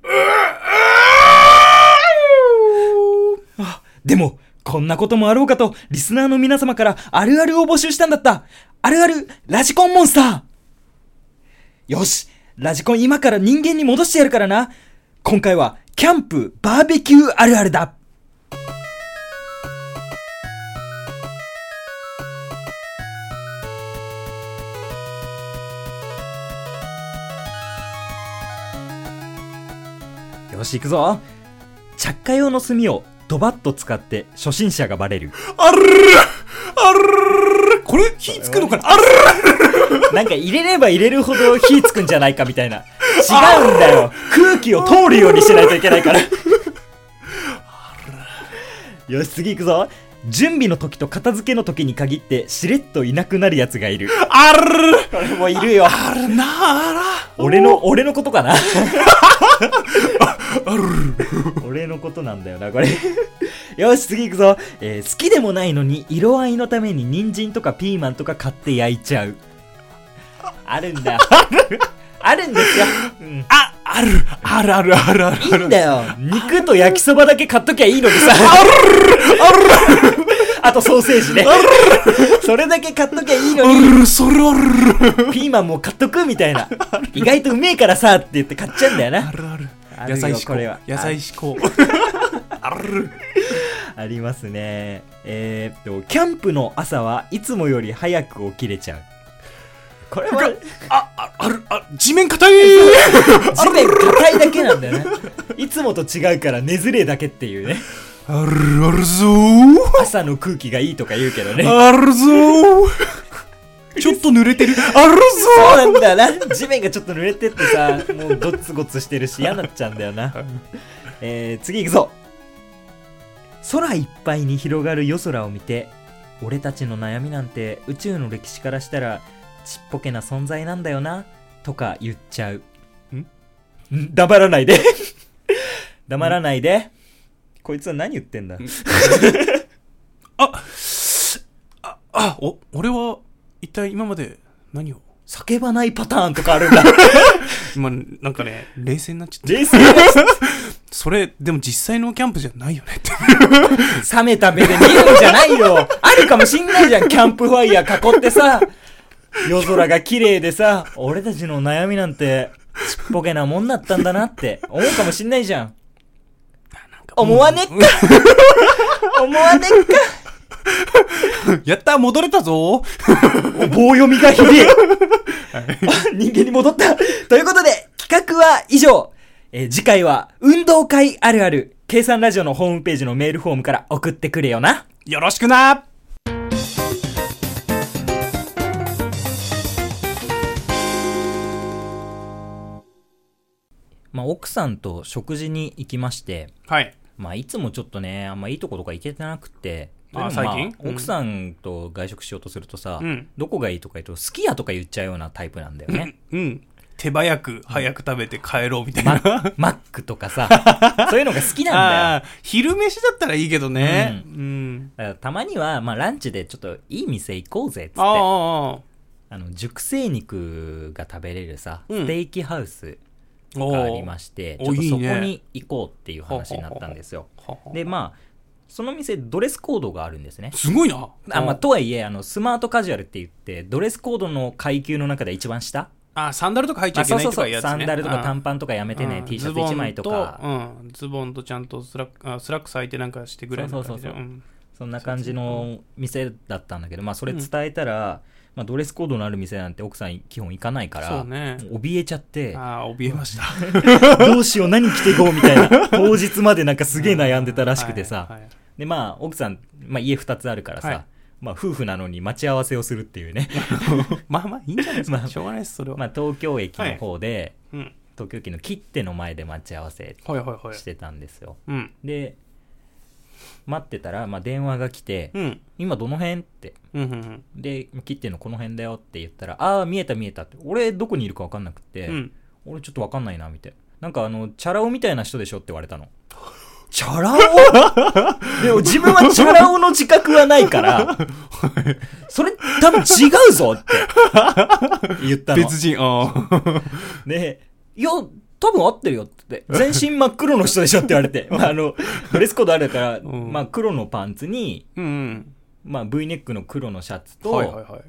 Speaker 1: あでも、こんなこともあろうかと、リスナーの皆様からあるあるを募集したんだった。あるある、ラジコンモンスターよし、ラジコン今から人間に戻してやるからな。今回は、キャンプ、バーベキューあるあるだ。よし、行くぞ。着火用の炭をドバッと使って初心者がバレる。
Speaker 2: あるあるこれ火つくのか なある
Speaker 1: なんか入れれば入れるほど火つくんじゃないかみたいな。違うんだよ。空気を通るようにしないといけないから。よし、次行くぞ。準備の時と片付けの時に限ってしれっといなくなるやつがいる。
Speaker 2: ある
Speaker 1: これもいるよ。
Speaker 2: あるなあら
Speaker 1: 俺の、俺のこと かな俺のことなんだよな、これ。よし、次行くぞ、えー好きでもないのに、色合いのために人参とかピーマンとか買って焼いちゃう。あるん だ。あるんですよ。うん
Speaker 2: ああるあるあるあるある
Speaker 1: いいんだよ。肉と焼きそばだけ買っときゃいいのにさ。あとソーセージね。それだけ買っときゃいいのに。
Speaker 2: あるそれある
Speaker 1: ピーマンも買っとくみたいな。意外とうめえからさって言って買っちゃうんだよ
Speaker 2: あ
Speaker 1: な。
Speaker 2: るある
Speaker 1: あるよ
Speaker 2: 野菜思考
Speaker 1: これは
Speaker 2: 野菜思考ある
Speaker 1: ありますね。えーっと、キャンプの朝はいつもより早く起きれちゃう。これは
Speaker 2: あああるあ地面硬い
Speaker 1: 地面硬いだけなんだよね。 いつもと違うから寝ずれだけっていうね。
Speaker 2: あるあるぞ
Speaker 1: 朝の空気がいいとか言うけどね。
Speaker 2: あるぞちょっと濡れてるある
Speaker 1: そうなんだよな。地面がちょっと濡れてってさ、もうゴツゴツしてるし嫌になっちゃうんだよな。えー、次行くぞ。空いっぱいに広がる夜空を見て、俺たちの悩みなんて宇宙の歴史からしたらちっぽけな存在なんだよな、とか言っちゃう。
Speaker 2: ん
Speaker 1: 黙らないで。黙らないで。こいつは何言ってんだ。
Speaker 2: あお俺は一体今まで何を
Speaker 1: 叫ばないパターンとかあるんだ。
Speaker 2: 今なんかね冷静になっちゃっ
Speaker 1: 冷静な
Speaker 2: たそれでも実際のキャンプじゃないよね って
Speaker 1: 冷めた目で見るんじゃない よあるかもしんないじゃん、キャンプファイヤー囲ってさ、夜空が綺麗でさ、俺たちの悩みなんて、ちっぽけなもんだったんだなって思うかもしんないじゃん。思わねっか 思わねっか
Speaker 2: やった戻れたぞ
Speaker 1: 棒読みが響い 人間に戻ったということで、企画は以上えー次回は、運動会あるある、計算ラジオのホームページのメールフォームから送ってくれよな。
Speaker 2: よろしくな
Speaker 1: まあ、奥さんと食事に行きまして、
Speaker 2: はい
Speaker 1: まあ、いつもちょっとね、あんまいいとことか行けてなくて、
Speaker 2: あ
Speaker 1: でもま
Speaker 2: 最近うん
Speaker 1: 奥さんと外食しようとするとさ、
Speaker 2: うん
Speaker 1: どこがいいとか言うと、好きやとか言っちゃうようなタイプなんだよね。
Speaker 2: うん手早く早く食べて帰ろうみたい
Speaker 1: マ
Speaker 2: な、
Speaker 1: ッマックとかさ、そういうのが好きなんだよ
Speaker 2: あー昼飯だったらいいけどねうん、
Speaker 1: だから。たまには、まあ、ランチでちょっといい店行こうぜっつって、
Speaker 2: ああ
Speaker 1: あ
Speaker 2: ああ
Speaker 1: の熟成肉が食べれるさ、
Speaker 2: うん
Speaker 1: ステーキハウス
Speaker 2: あ
Speaker 1: がありまして、
Speaker 2: おー
Speaker 1: ちょっとそこ
Speaker 2: おいい
Speaker 1: に
Speaker 2: ね
Speaker 1: 行こうっていう話になったんですよ。
Speaker 2: お
Speaker 1: で、まあ、その店、ドレスコードがあるんですね。
Speaker 2: すごいな
Speaker 1: あまあ、とはいえあのスマートカジュアルって言ってドレスコードの階級の中で一番下
Speaker 2: あサンダルとか入っちゃ
Speaker 1: あ
Speaker 2: いけ
Speaker 1: そう
Speaker 2: ない
Speaker 1: そう
Speaker 2: と
Speaker 1: そ
Speaker 2: かいう
Speaker 1: う、
Speaker 2: やつね
Speaker 1: サンダルとか
Speaker 2: うん
Speaker 1: 短パンとかやめてね、
Speaker 2: うん
Speaker 1: T シャツ1枚とか、
Speaker 2: ズボンと,、うん、ズボンとちゃんとスラックあスラックス履いてなんかしてぐらいの感じで
Speaker 1: そうそうそうんそんな感じの店だったんだけど、まあ、それ伝えたら、まあ、ドレスコードのある店なんて奥さん基本行かないか
Speaker 2: そ
Speaker 1: ら、
Speaker 2: うね
Speaker 1: もう怯えちゃって、
Speaker 2: ああ怯えました
Speaker 1: どうしよう、何着ていこうみたい な、当日までなんか すげえ悩んでたらしくてさ、
Speaker 2: はいはい
Speaker 1: で、まあ、奥さん、まあ、家2つあるからさ、
Speaker 2: はい
Speaker 1: まあ、夫婦なのに待ち合わせをするっていう ね、
Speaker 2: まあまあいいんじゃないですか、
Speaker 1: まあ
Speaker 2: しょうがないですそれは、
Speaker 1: まあ、東京駅の方で、
Speaker 2: うん、
Speaker 1: 東京駅の切手の前で待ち合わせ
Speaker 2: はいはいはい
Speaker 1: してたんですよ。
Speaker 2: うん
Speaker 1: で、待ってたら、まあ、電話が来て、
Speaker 2: うん
Speaker 1: 今どの辺って。
Speaker 2: うんうんうん
Speaker 1: で、切ってんのこの辺だよって言ったら、ああ、見えた見えたって。俺、どこにいるか分かんなくて、
Speaker 2: うん
Speaker 1: 俺ちょっと分かんないな、みたいな。なんかあの、チャラ男みたいな人でしょって言われた の。チャラ男 でも自分はチャラ男の自覚はない から、それ多分違うぞって言ったの。
Speaker 2: 別人ああ
Speaker 1: で、いや、多分合ってるよ って言って。全身真っ黒の人でしょって言われて。まああの、ドレスコードあるから、
Speaker 2: ん
Speaker 1: まあ黒のパンツに、
Speaker 2: うんうん
Speaker 1: まあ V ネックの黒のシャツと、
Speaker 2: はい はいはい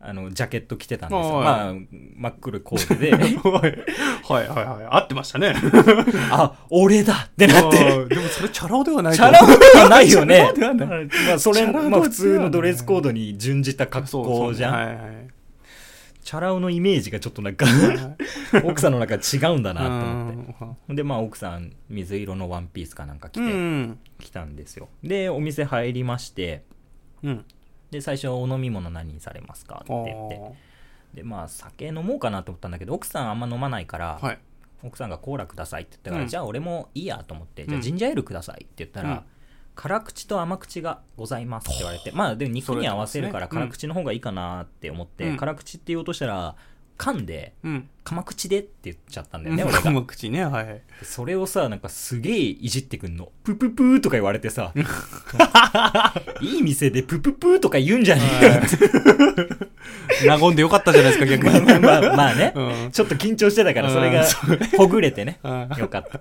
Speaker 1: あの、ジャケット着てたんですよ。
Speaker 2: はい
Speaker 1: まあ、真っ黒いコーデで、
Speaker 2: はいはいはい合ってましたね
Speaker 1: あ、俺だってなって、
Speaker 2: でもそれチャラ男ではない
Speaker 1: チャラ男ではないよね。
Speaker 2: チャラ男ではな
Speaker 1: まあ、それ、
Speaker 2: チャラ男ではない
Speaker 1: まあ、普通のドレスコードに準じた格
Speaker 2: そうそ
Speaker 1: 好
Speaker 2: う
Speaker 1: じゃん。
Speaker 2: はいはい
Speaker 1: チャラ男のイメージがちょっとなんか、
Speaker 2: はい
Speaker 1: 奥さんの中違うんだなと思って。
Speaker 2: うん
Speaker 1: ほんで、まあ、奥さん、水色のワンピースかなんか着て、
Speaker 2: うん
Speaker 1: 来たんですよ。で、お店入りまして、
Speaker 2: うん
Speaker 1: で、最初、お飲み物何にされますかって言
Speaker 2: あ
Speaker 1: って。で、まあ、酒飲もうかなと思ったんだけど、奥さんあんま飲まないから、
Speaker 2: あはい
Speaker 1: 奥さんがコーラくださいって言ったから、
Speaker 2: うん
Speaker 1: じゃあ俺もいいやと思って、
Speaker 2: ん
Speaker 1: じゃあジンジャーエールくださいって言ったら、
Speaker 2: うん
Speaker 1: 辛口と甘口がございますって言われて、まあでも肉に合わせるから
Speaker 2: それだ
Speaker 1: 辛
Speaker 2: けです
Speaker 1: 口の方がいいかなって思って、
Speaker 2: うん
Speaker 1: 辛口って言おうとしたら、噛んで、
Speaker 2: うん
Speaker 1: 甘口でって言っちゃったんだよね、
Speaker 2: うん
Speaker 1: 俺が。
Speaker 2: もう口ねはいはい
Speaker 1: それをさ、なんかすげえいじってくんの。プププーとか言われて さ、いい店でプププーとか言うんじゃねえよって
Speaker 2: 和んでよかったじゃないですか、逆
Speaker 1: まあ
Speaker 2: に。
Speaker 1: まあまあまあね、
Speaker 2: うん
Speaker 1: ちょっと緊張してたから、それが
Speaker 2: うん
Speaker 1: ほぐれてね、
Speaker 2: うん
Speaker 1: よかった。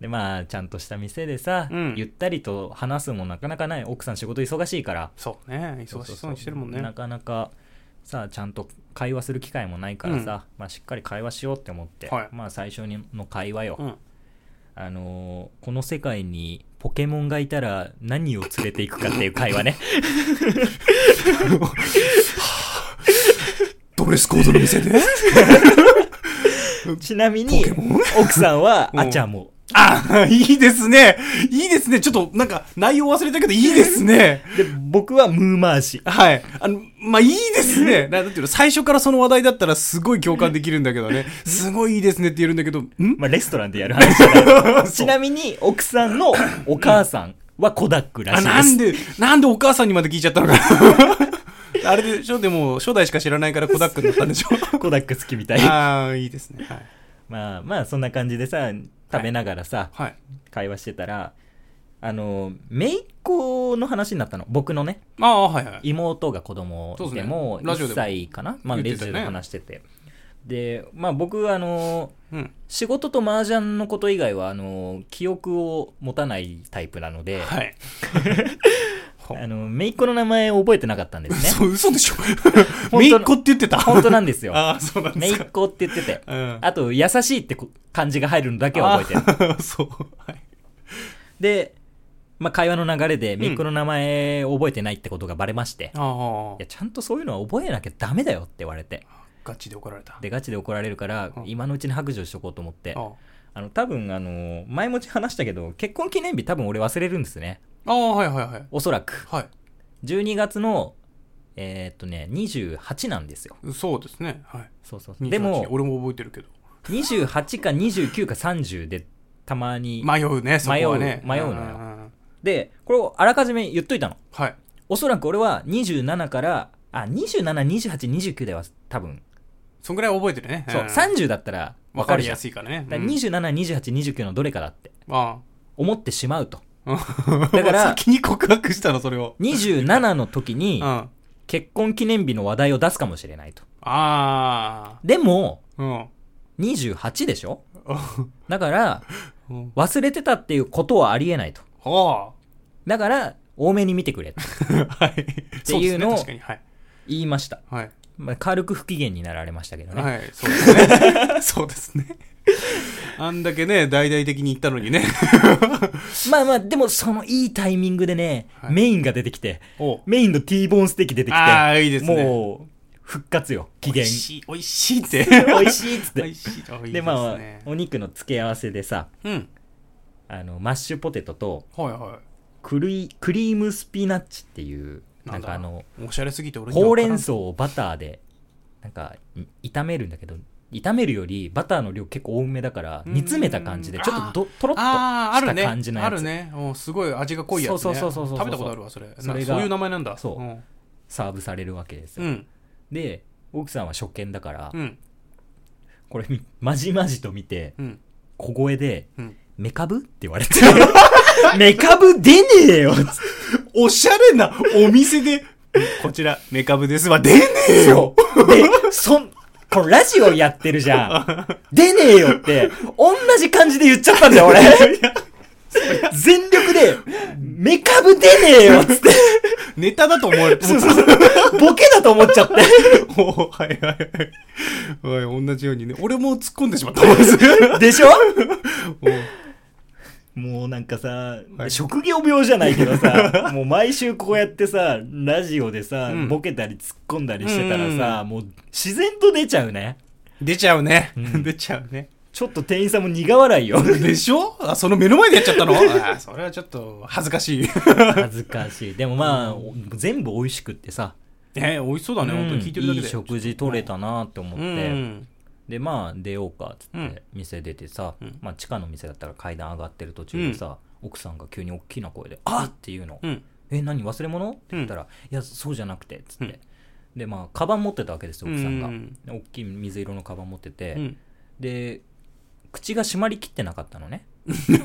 Speaker 1: で、まあ、ちゃんとした店でさ、
Speaker 2: うん
Speaker 1: ゆったりと話すもなかなかない。奥さん仕事忙しいから。
Speaker 2: そうね、忙しそうにしてるもんね。
Speaker 1: なかなか、さあ、ちゃんと会話する機会もないからさ、まあ、しっかり会話しようって思って、
Speaker 2: はい
Speaker 1: まあ、最初の会話よ。
Speaker 2: うん
Speaker 1: あのーこの世界にポケモンがいたら何を連れていくかっていう会話 ね。
Speaker 2: ドレスコードの店で
Speaker 1: ちなみに、奥さんは、
Speaker 2: うん
Speaker 1: あちゃも。
Speaker 2: あ、いいですね。いいですね。ちょっと、なんか、内容忘れたけど、いいですね。
Speaker 1: で、僕はムーマーシ。
Speaker 2: はい。あの、まあ、いいですね。ななんていうの、最初からその話題だったら、すごい共感できるんだけどね。すごいいいですねって言えるんだけど、ん
Speaker 1: まあ、レストランでやる話じゃない ちなみに、奥さんのお母さんはコダックらし
Speaker 2: あ、
Speaker 1: いです。
Speaker 2: なんで、なんでお母さんにまで聞いちゃったのかな。あれでしょでも、初代しか知らないから、コダックになったんでしょ
Speaker 1: コダック好きみたい。
Speaker 2: ああ、いいですね。はい。
Speaker 1: まあまあ、そんな感じでさ、食べながらさ、
Speaker 2: はい。
Speaker 1: 会話してたら、あの、姪っ子の話になったの。僕のね、
Speaker 2: ああ、はいはい。
Speaker 1: 妹が子供
Speaker 2: そうです
Speaker 1: で
Speaker 2: ね
Speaker 1: も、
Speaker 2: ラジオで
Speaker 1: 1
Speaker 2: も
Speaker 1: 歳かなまあ、
Speaker 2: 言
Speaker 1: レ
Speaker 2: ってた
Speaker 1: ジ
Speaker 2: よ
Speaker 1: オ
Speaker 2: ね
Speaker 1: で話してて。で、まあ僕、あの、
Speaker 2: うん。
Speaker 1: 仕事と麻雀のこと以外は、あの、記憶を持たないタイプなので、
Speaker 2: はい。
Speaker 1: あの、姪っ子の名前を覚えてなかったんですね。
Speaker 2: 嘘、嘘でしょ
Speaker 1: 当の
Speaker 2: めいっ子って言ってた
Speaker 1: 本当なんですよ。
Speaker 2: ああ、そうなんで
Speaker 1: めい
Speaker 2: すか
Speaker 1: っ。子って言ってて。
Speaker 2: うん。
Speaker 1: あと、優しいってこ漢字が入るのだけは覚えてる。
Speaker 2: てる。そう。はい。
Speaker 1: で、まあ、会話の流れで、
Speaker 2: ん
Speaker 1: めいっ子の名前を覚えてないってことがバレまして、い
Speaker 2: ああ
Speaker 1: や、。ちゃんとそういうのは覚えなきゃダメだよって言われて、
Speaker 2: ガチで怒られた。
Speaker 1: で、ガチで怒られるから
Speaker 2: う、ん
Speaker 1: 今のうちに白状しとこうと思って
Speaker 2: あ、あ
Speaker 1: あの、多分、あの、前もち話したけど、結婚記念日多分俺忘れるんですね。
Speaker 2: ああ、はいはいはい。
Speaker 1: おそらく。
Speaker 2: はい。
Speaker 1: 12月の、えーっとね、28なんですよ。
Speaker 2: そうですね。はい。
Speaker 1: そうそうそう。
Speaker 2: 28
Speaker 1: でも、
Speaker 2: 俺も覚えてるけど。
Speaker 1: 28か29か30で、たまに
Speaker 2: 迷うね、そこはね。
Speaker 1: 迷う迷うのよ
Speaker 2: んんうん
Speaker 1: で、これをあらかじめ言っといたの。
Speaker 2: はい。
Speaker 1: おそらく俺は27から、あ、27、28、29では多分、
Speaker 2: そんぐらい覚えてるね。
Speaker 1: そう、
Speaker 2: ん
Speaker 1: 30だったら
Speaker 2: わ
Speaker 1: 分
Speaker 2: か
Speaker 1: かる
Speaker 2: り
Speaker 1: じゃ
Speaker 2: や
Speaker 1: ん。
Speaker 2: すいからね。
Speaker 1: だから
Speaker 2: うん
Speaker 1: 27、28、29のどれかだって
Speaker 2: あ
Speaker 1: 思ってしまうと。
Speaker 2: あ。
Speaker 1: だから
Speaker 2: 先に告白したの、それを。
Speaker 1: 27の時
Speaker 2: う
Speaker 1: に
Speaker 2: ん。あ
Speaker 1: 結婚記念日の話題を出すかもしれないと。
Speaker 2: あ。
Speaker 1: でも、
Speaker 2: うん。
Speaker 1: 28でしょ
Speaker 2: あ
Speaker 1: だから、
Speaker 2: うん
Speaker 1: 忘れてたっていうことはありえないと。
Speaker 2: は
Speaker 1: だから、多めに見てくれ。
Speaker 2: あ。はい。
Speaker 1: ていうのを
Speaker 2: そですね確かに。はい。
Speaker 1: 言いました、
Speaker 2: はい。
Speaker 1: まあ、軽く不機嫌になられましたけどね、
Speaker 2: はい、そうです ね。そうですね。あんだけね、大々的に言ったのにね。
Speaker 1: まあまあでもそのいいタイミングでね、
Speaker 2: はい
Speaker 1: メインが出てきて
Speaker 2: お
Speaker 1: メインの T ボーンステーキ出てきて
Speaker 2: ああ、いいですね。
Speaker 1: もう復活よ機
Speaker 2: 美
Speaker 1: 嫌
Speaker 2: 味しい、美味しいって。
Speaker 1: 美味しいっつって
Speaker 2: 美味しい。あいい
Speaker 1: ですまあ
Speaker 2: ね
Speaker 1: お肉の付け合わせでさ
Speaker 2: うん。
Speaker 1: あのマッシュポテトと
Speaker 2: はいは
Speaker 1: クリクリームスピナッチっていうな
Speaker 2: なんん
Speaker 1: か
Speaker 2: だ
Speaker 1: あの
Speaker 2: い。おしゃれすぎて俺には
Speaker 1: ほう
Speaker 2: 分か
Speaker 1: れ
Speaker 2: ら
Speaker 1: ん草をバターでなんかい炒めるんだけど炒めるよりバターの量結構多めだから
Speaker 2: うん
Speaker 1: 煮詰めた感じでちょっとどとろっと
Speaker 2: ああ、あ
Speaker 1: し
Speaker 2: る
Speaker 1: た
Speaker 2: ね。
Speaker 1: 感じのや
Speaker 2: あ
Speaker 1: つ、
Speaker 2: るね。うんすごい味が濃いやつね。
Speaker 1: そうそうそうそうそう
Speaker 2: 食べたことあるわ、それ。
Speaker 1: それが
Speaker 2: なそういう名前なんだ。
Speaker 1: そうんサーブされるわけです
Speaker 2: う
Speaker 1: よ、
Speaker 2: ん。
Speaker 1: で奥さんは初見だから、
Speaker 2: うん。
Speaker 1: これみまじまじと見て
Speaker 2: うん。
Speaker 1: 小声で
Speaker 2: うん
Speaker 1: 「メカブ?」って言われて 「メカブ出ねえよ!」
Speaker 2: おしゃれなお店で、こちら、メカブですわ。出ねえよ
Speaker 1: で、そん、これラジオやってるじゃん。出ねえよって、同じ感じで言っちゃったんだよ、俺。全力で、メカブ出ねえよっつって、
Speaker 2: ネタだと思われて
Speaker 1: そうそうボケだと思っちゃって。
Speaker 2: おーはいはいはい。はい、同じようにね。俺も突っ込んでしまった。お ー
Speaker 1: でしょもうなんかさ、
Speaker 2: はい
Speaker 1: 職業病じゃないけど さ、もう毎週こうやってさ、ラジオでさ、
Speaker 2: うん
Speaker 1: ボケたり突っ込んだりしてたらさ、もう自然と出ちゃうね。
Speaker 2: 出ちゃうね。
Speaker 1: うん
Speaker 2: 出ちゃうね。
Speaker 1: ちょっと店員さんも苦笑い よ。
Speaker 2: でしょあ、その目の前でやっちゃったの あーそれはちょっと恥ずかしい。
Speaker 1: 恥ずかしい。でもまあ、お全部美味しくってさ、
Speaker 2: えー、美味しそう だね。本当に聞いてるだけ
Speaker 1: うんい
Speaker 2: で。
Speaker 1: い食事取れたなって思っ
Speaker 2: う
Speaker 1: て、
Speaker 2: ん。
Speaker 1: でまあ出ようかっつ
Speaker 2: う
Speaker 1: って
Speaker 2: ん
Speaker 1: 店出てさ、
Speaker 2: うん
Speaker 1: まあ、地下の店だったら階段上がってる途中でさ、奥さんが急に大きな声で「あっ!」って言うの「
Speaker 2: うん。
Speaker 1: え何忘れ物?」って言ったら「いやそうじゃなくて」っつって、でまあカバン持ってたわけですよ奥さんが、
Speaker 2: うん
Speaker 1: で大きい水色のカバン持ってて、
Speaker 2: うん。
Speaker 1: で口が閉まりきってなかったのね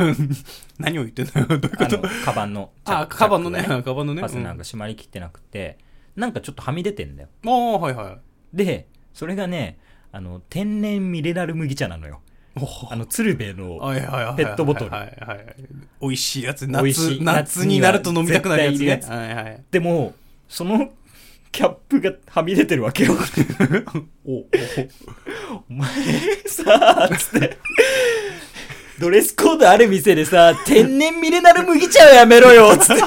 Speaker 2: 何を言ってんだよ。どういうこ
Speaker 1: あの
Speaker 2: と
Speaker 1: カバンの
Speaker 2: あ、
Speaker 1: チャ
Speaker 2: カバンのね。
Speaker 1: チャックが
Speaker 2: カバンのね。
Speaker 1: パスなん
Speaker 2: か。
Speaker 1: か閉まりきってなくてなんかちょっとはみ出てんだよ
Speaker 2: ああ、はいは
Speaker 1: でそれがねあの天然ミネラル麦茶なのよ
Speaker 2: い。
Speaker 1: あの鶴瓶の
Speaker 2: はいはいはいはい
Speaker 1: ペットボトル
Speaker 2: はいはいはい。美味しいやつ。
Speaker 1: 美味し
Speaker 2: 夏
Speaker 1: い、
Speaker 2: 夏になると飲みたくなるやつね
Speaker 1: 絶。
Speaker 2: はいはい。
Speaker 1: でもその キャップがはみ出てるわけよ
Speaker 2: お、お、
Speaker 1: お前さあつってドレスコードある店でさ天然ミネラル麦茶をやめろよ つって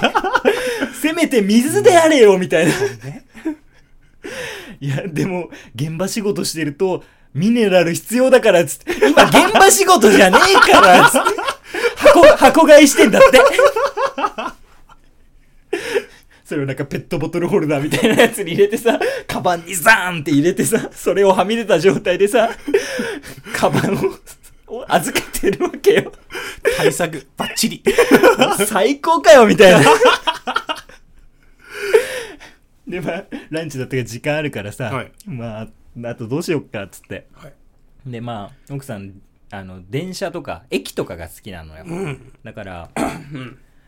Speaker 1: せめて水であれよみたいな
Speaker 2: ね
Speaker 1: いやでも現場仕事してるとミネラル必要だからつって今現場仕事じゃねえからつって箱箱買いしてんだってそれをなんかペットボトルホルダーみたいなやつに入れてさ、カバンにザーンって入れてさ、それをはみ出た状態でさ、カバンをを預けてるわけよ。
Speaker 2: 対策、バッチリ。
Speaker 1: 最高かよみたいな。 で、まあ、ランチだったから時間あるからさ、
Speaker 2: はい
Speaker 1: まあ、あとどうしよっかっつって。
Speaker 2: はい。
Speaker 1: で、まあ、奥さん、あの、電車とか、駅とかが好きなのよ。
Speaker 2: うん。
Speaker 1: だから、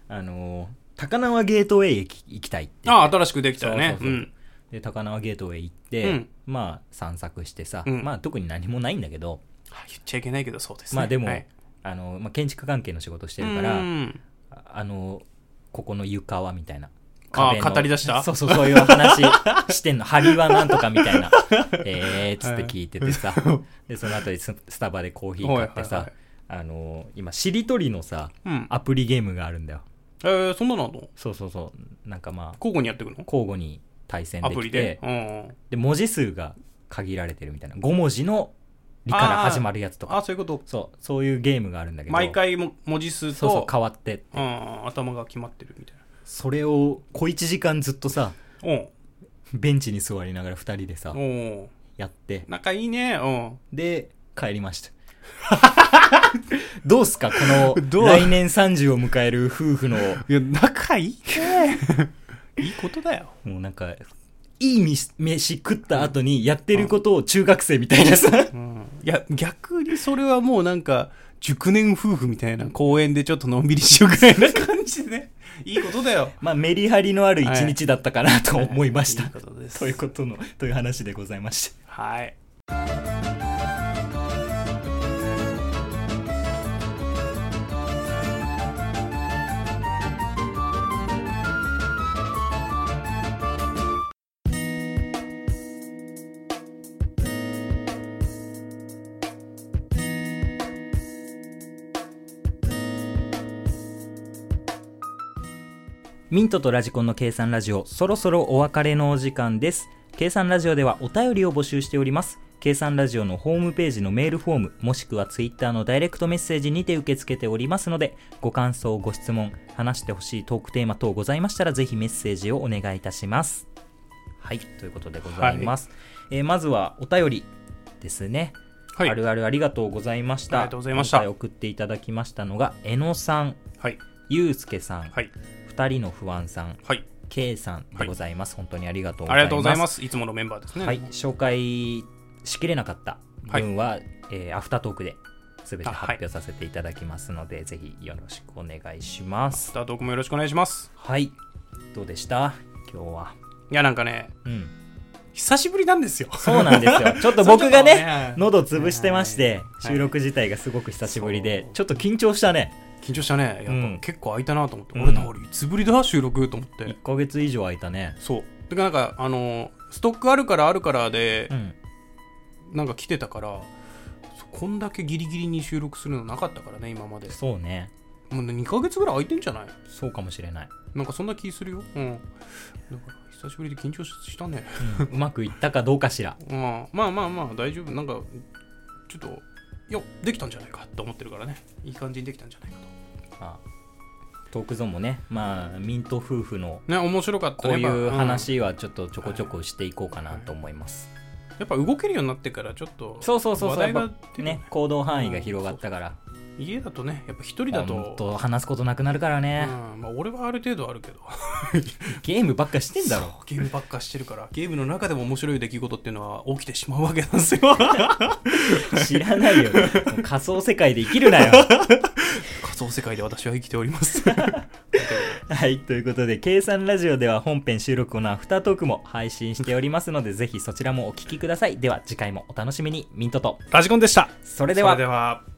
Speaker 1: あの、高輪ゲートウェイ駅行きたいって言って
Speaker 2: ああ、新しくできたよね。
Speaker 1: そうそう
Speaker 2: う。
Speaker 1: そうんで高輪ゲートウェイ行って、
Speaker 2: うん
Speaker 1: まあ散策してさ、
Speaker 2: うん
Speaker 1: まあ特に何もないんだけど、
Speaker 2: あ言っちゃいけないけど、そうですね。
Speaker 1: まあでも、
Speaker 2: はい
Speaker 1: あのまあ、建築関係の仕事してるか
Speaker 2: う
Speaker 1: ら
Speaker 2: ん
Speaker 1: ああのここの床はみたいな
Speaker 2: あー
Speaker 1: 壁の
Speaker 2: 語り出した
Speaker 1: そうそうそういう話してんの梁はなんとかみたい なえーっつって聞いててさ、でその後にススタバでコーヒー買ってさ、
Speaker 2: はいはい
Speaker 1: あの今しりとりのさ
Speaker 2: うん。
Speaker 1: アプリゲームがあるんだよ
Speaker 2: えー、そんなのあんの
Speaker 1: そうそうそうなんかまあ
Speaker 2: 交互にやっていくの
Speaker 1: 交互に対戦で
Speaker 2: ア
Speaker 1: きて
Speaker 2: プリで。うん。
Speaker 1: で文字数が限られてるみたいな5文字の「り」から始まるやつと
Speaker 2: あ
Speaker 1: か
Speaker 2: あ、そういうこと。
Speaker 1: そうそういうゲームがあるんだけど
Speaker 2: 毎回も文字数と
Speaker 1: そうそう変わってって
Speaker 2: うん、頭が決まってるみたい
Speaker 1: それを小1時間ずっとさ
Speaker 2: な。うん。
Speaker 1: ベンチに座りながら2人でさ
Speaker 2: お
Speaker 1: やって
Speaker 2: 仲いいね。う
Speaker 1: で帰りました どうすかこの
Speaker 2: どう
Speaker 1: 来年30を迎える夫婦の
Speaker 2: ん。いや、仲いいね。いいことだよ。
Speaker 1: もうなんかいいみ飯食った後にやってることを中学生みたいなさ
Speaker 2: うん。いや、逆にそれはもうなんか、熟年夫婦みたいな公園でちょっとのんびりしようぐらいな感じでね。いいことだよ。
Speaker 1: まあメリハリのある一日だったかなと思いました、
Speaker 2: はいいいことです
Speaker 1: ということのという話でございました
Speaker 2: はい。
Speaker 1: ミントとラジコンの計算ラジオ、そろそろお別れのお時間です。計算ラジオではお便りを募集しております。計算ラジオのホームページのメールフォーム、もしくはツイッターのダイレクトメッセージにて受け付けておりますので、ご感想、ご質問、話してほしいトークテーマ等ございましたら、ぜひメッセージをお願いいたします。はい、ということでございます。えーまずはお便りですね。
Speaker 2: はい
Speaker 1: あるあるありがとうございました。
Speaker 2: ありがとうございました
Speaker 1: 今回送っていただきましたのが、えのさん、
Speaker 2: はい
Speaker 1: ゆうすけさん、
Speaker 2: はい
Speaker 1: 二人の不安さん、
Speaker 2: はい
Speaker 1: K さんでございます、本当にありがとうご
Speaker 2: あ
Speaker 1: ざいます。
Speaker 2: りがとうございますいつものメンバーですね
Speaker 1: はい、紹介しきれなかった分は、えーアフタートークで全て
Speaker 2: あはい
Speaker 1: 発表させていただきますので、ぜひよろしくお願いします
Speaker 2: ス。タートークもよろしくお願いします
Speaker 1: はい、どうでした今日は。
Speaker 2: いやなんかね
Speaker 1: うん、
Speaker 2: 久しぶりなんですよ
Speaker 1: そうなんですよ。ちょっと僕が
Speaker 2: そうちょっと
Speaker 1: ね
Speaker 2: ね、
Speaker 1: 喉潰してまして、
Speaker 2: はい
Speaker 1: 収録自体がすごく久しぶりで
Speaker 2: そ、う
Speaker 1: ちょっと緊張したね。
Speaker 2: 緊張したねやっぱ、
Speaker 1: うん
Speaker 2: 結構空いたなと思って、
Speaker 1: うん
Speaker 2: 俺な俺いつぶりだ収録と思って、
Speaker 1: 1ヶ月以上空いたね。
Speaker 2: そうてかなんかあのストックあるからあるからで
Speaker 1: う、ん。
Speaker 2: なんか来てたからそこんだけギリギリに収録するのなかったからね今まで
Speaker 1: そうね。
Speaker 2: もうね2ヶ月ぐらい空いてんじゃない
Speaker 1: そうかもしれ ない。
Speaker 2: なんかそんな気するようんだから久しぶりで緊張ししたね
Speaker 1: うんうまくいったかどうかしら。
Speaker 2: うんまあまあまあ大丈夫なんかちょっといやできたんじゃないかと思ってるからねいい感じにできたんじゃないか
Speaker 1: まあトークゾーンもね、まあ、ミント夫婦の
Speaker 2: とね面白かった
Speaker 1: こう
Speaker 2: ね
Speaker 1: いう
Speaker 2: やっぱん
Speaker 1: 話はちょっとちょこちょこしていこうかなと思います。
Speaker 2: やっぱ動けるようになってからちょっと
Speaker 1: そうそうそう
Speaker 2: 話
Speaker 1: そう、や
Speaker 2: 題
Speaker 1: っ
Speaker 2: が
Speaker 1: ぱね、行動範囲が広がったから、
Speaker 2: 家だとねやっぱ一人だと
Speaker 1: 本当話すことなくなるからね、
Speaker 2: うんまあ、俺はある程度あるけど
Speaker 1: ゲームばっかしてんだろ。
Speaker 2: そうゲームばっかしてるからゲームの中でも面白い出来事っていうのは起きてしまうわけな んですよ
Speaker 1: 知らない よ。もう仮想世界で生きるなよ。
Speaker 2: 仮想世界で私は生きております
Speaker 1: はい、ということで、計算ラジオでは本編収録後のアフタートークも配信しておりますので、ぜひそちらもお聞きください。では次回もお楽しみに、ミントと。
Speaker 2: ラジコンでした
Speaker 1: それでは
Speaker 2: それでは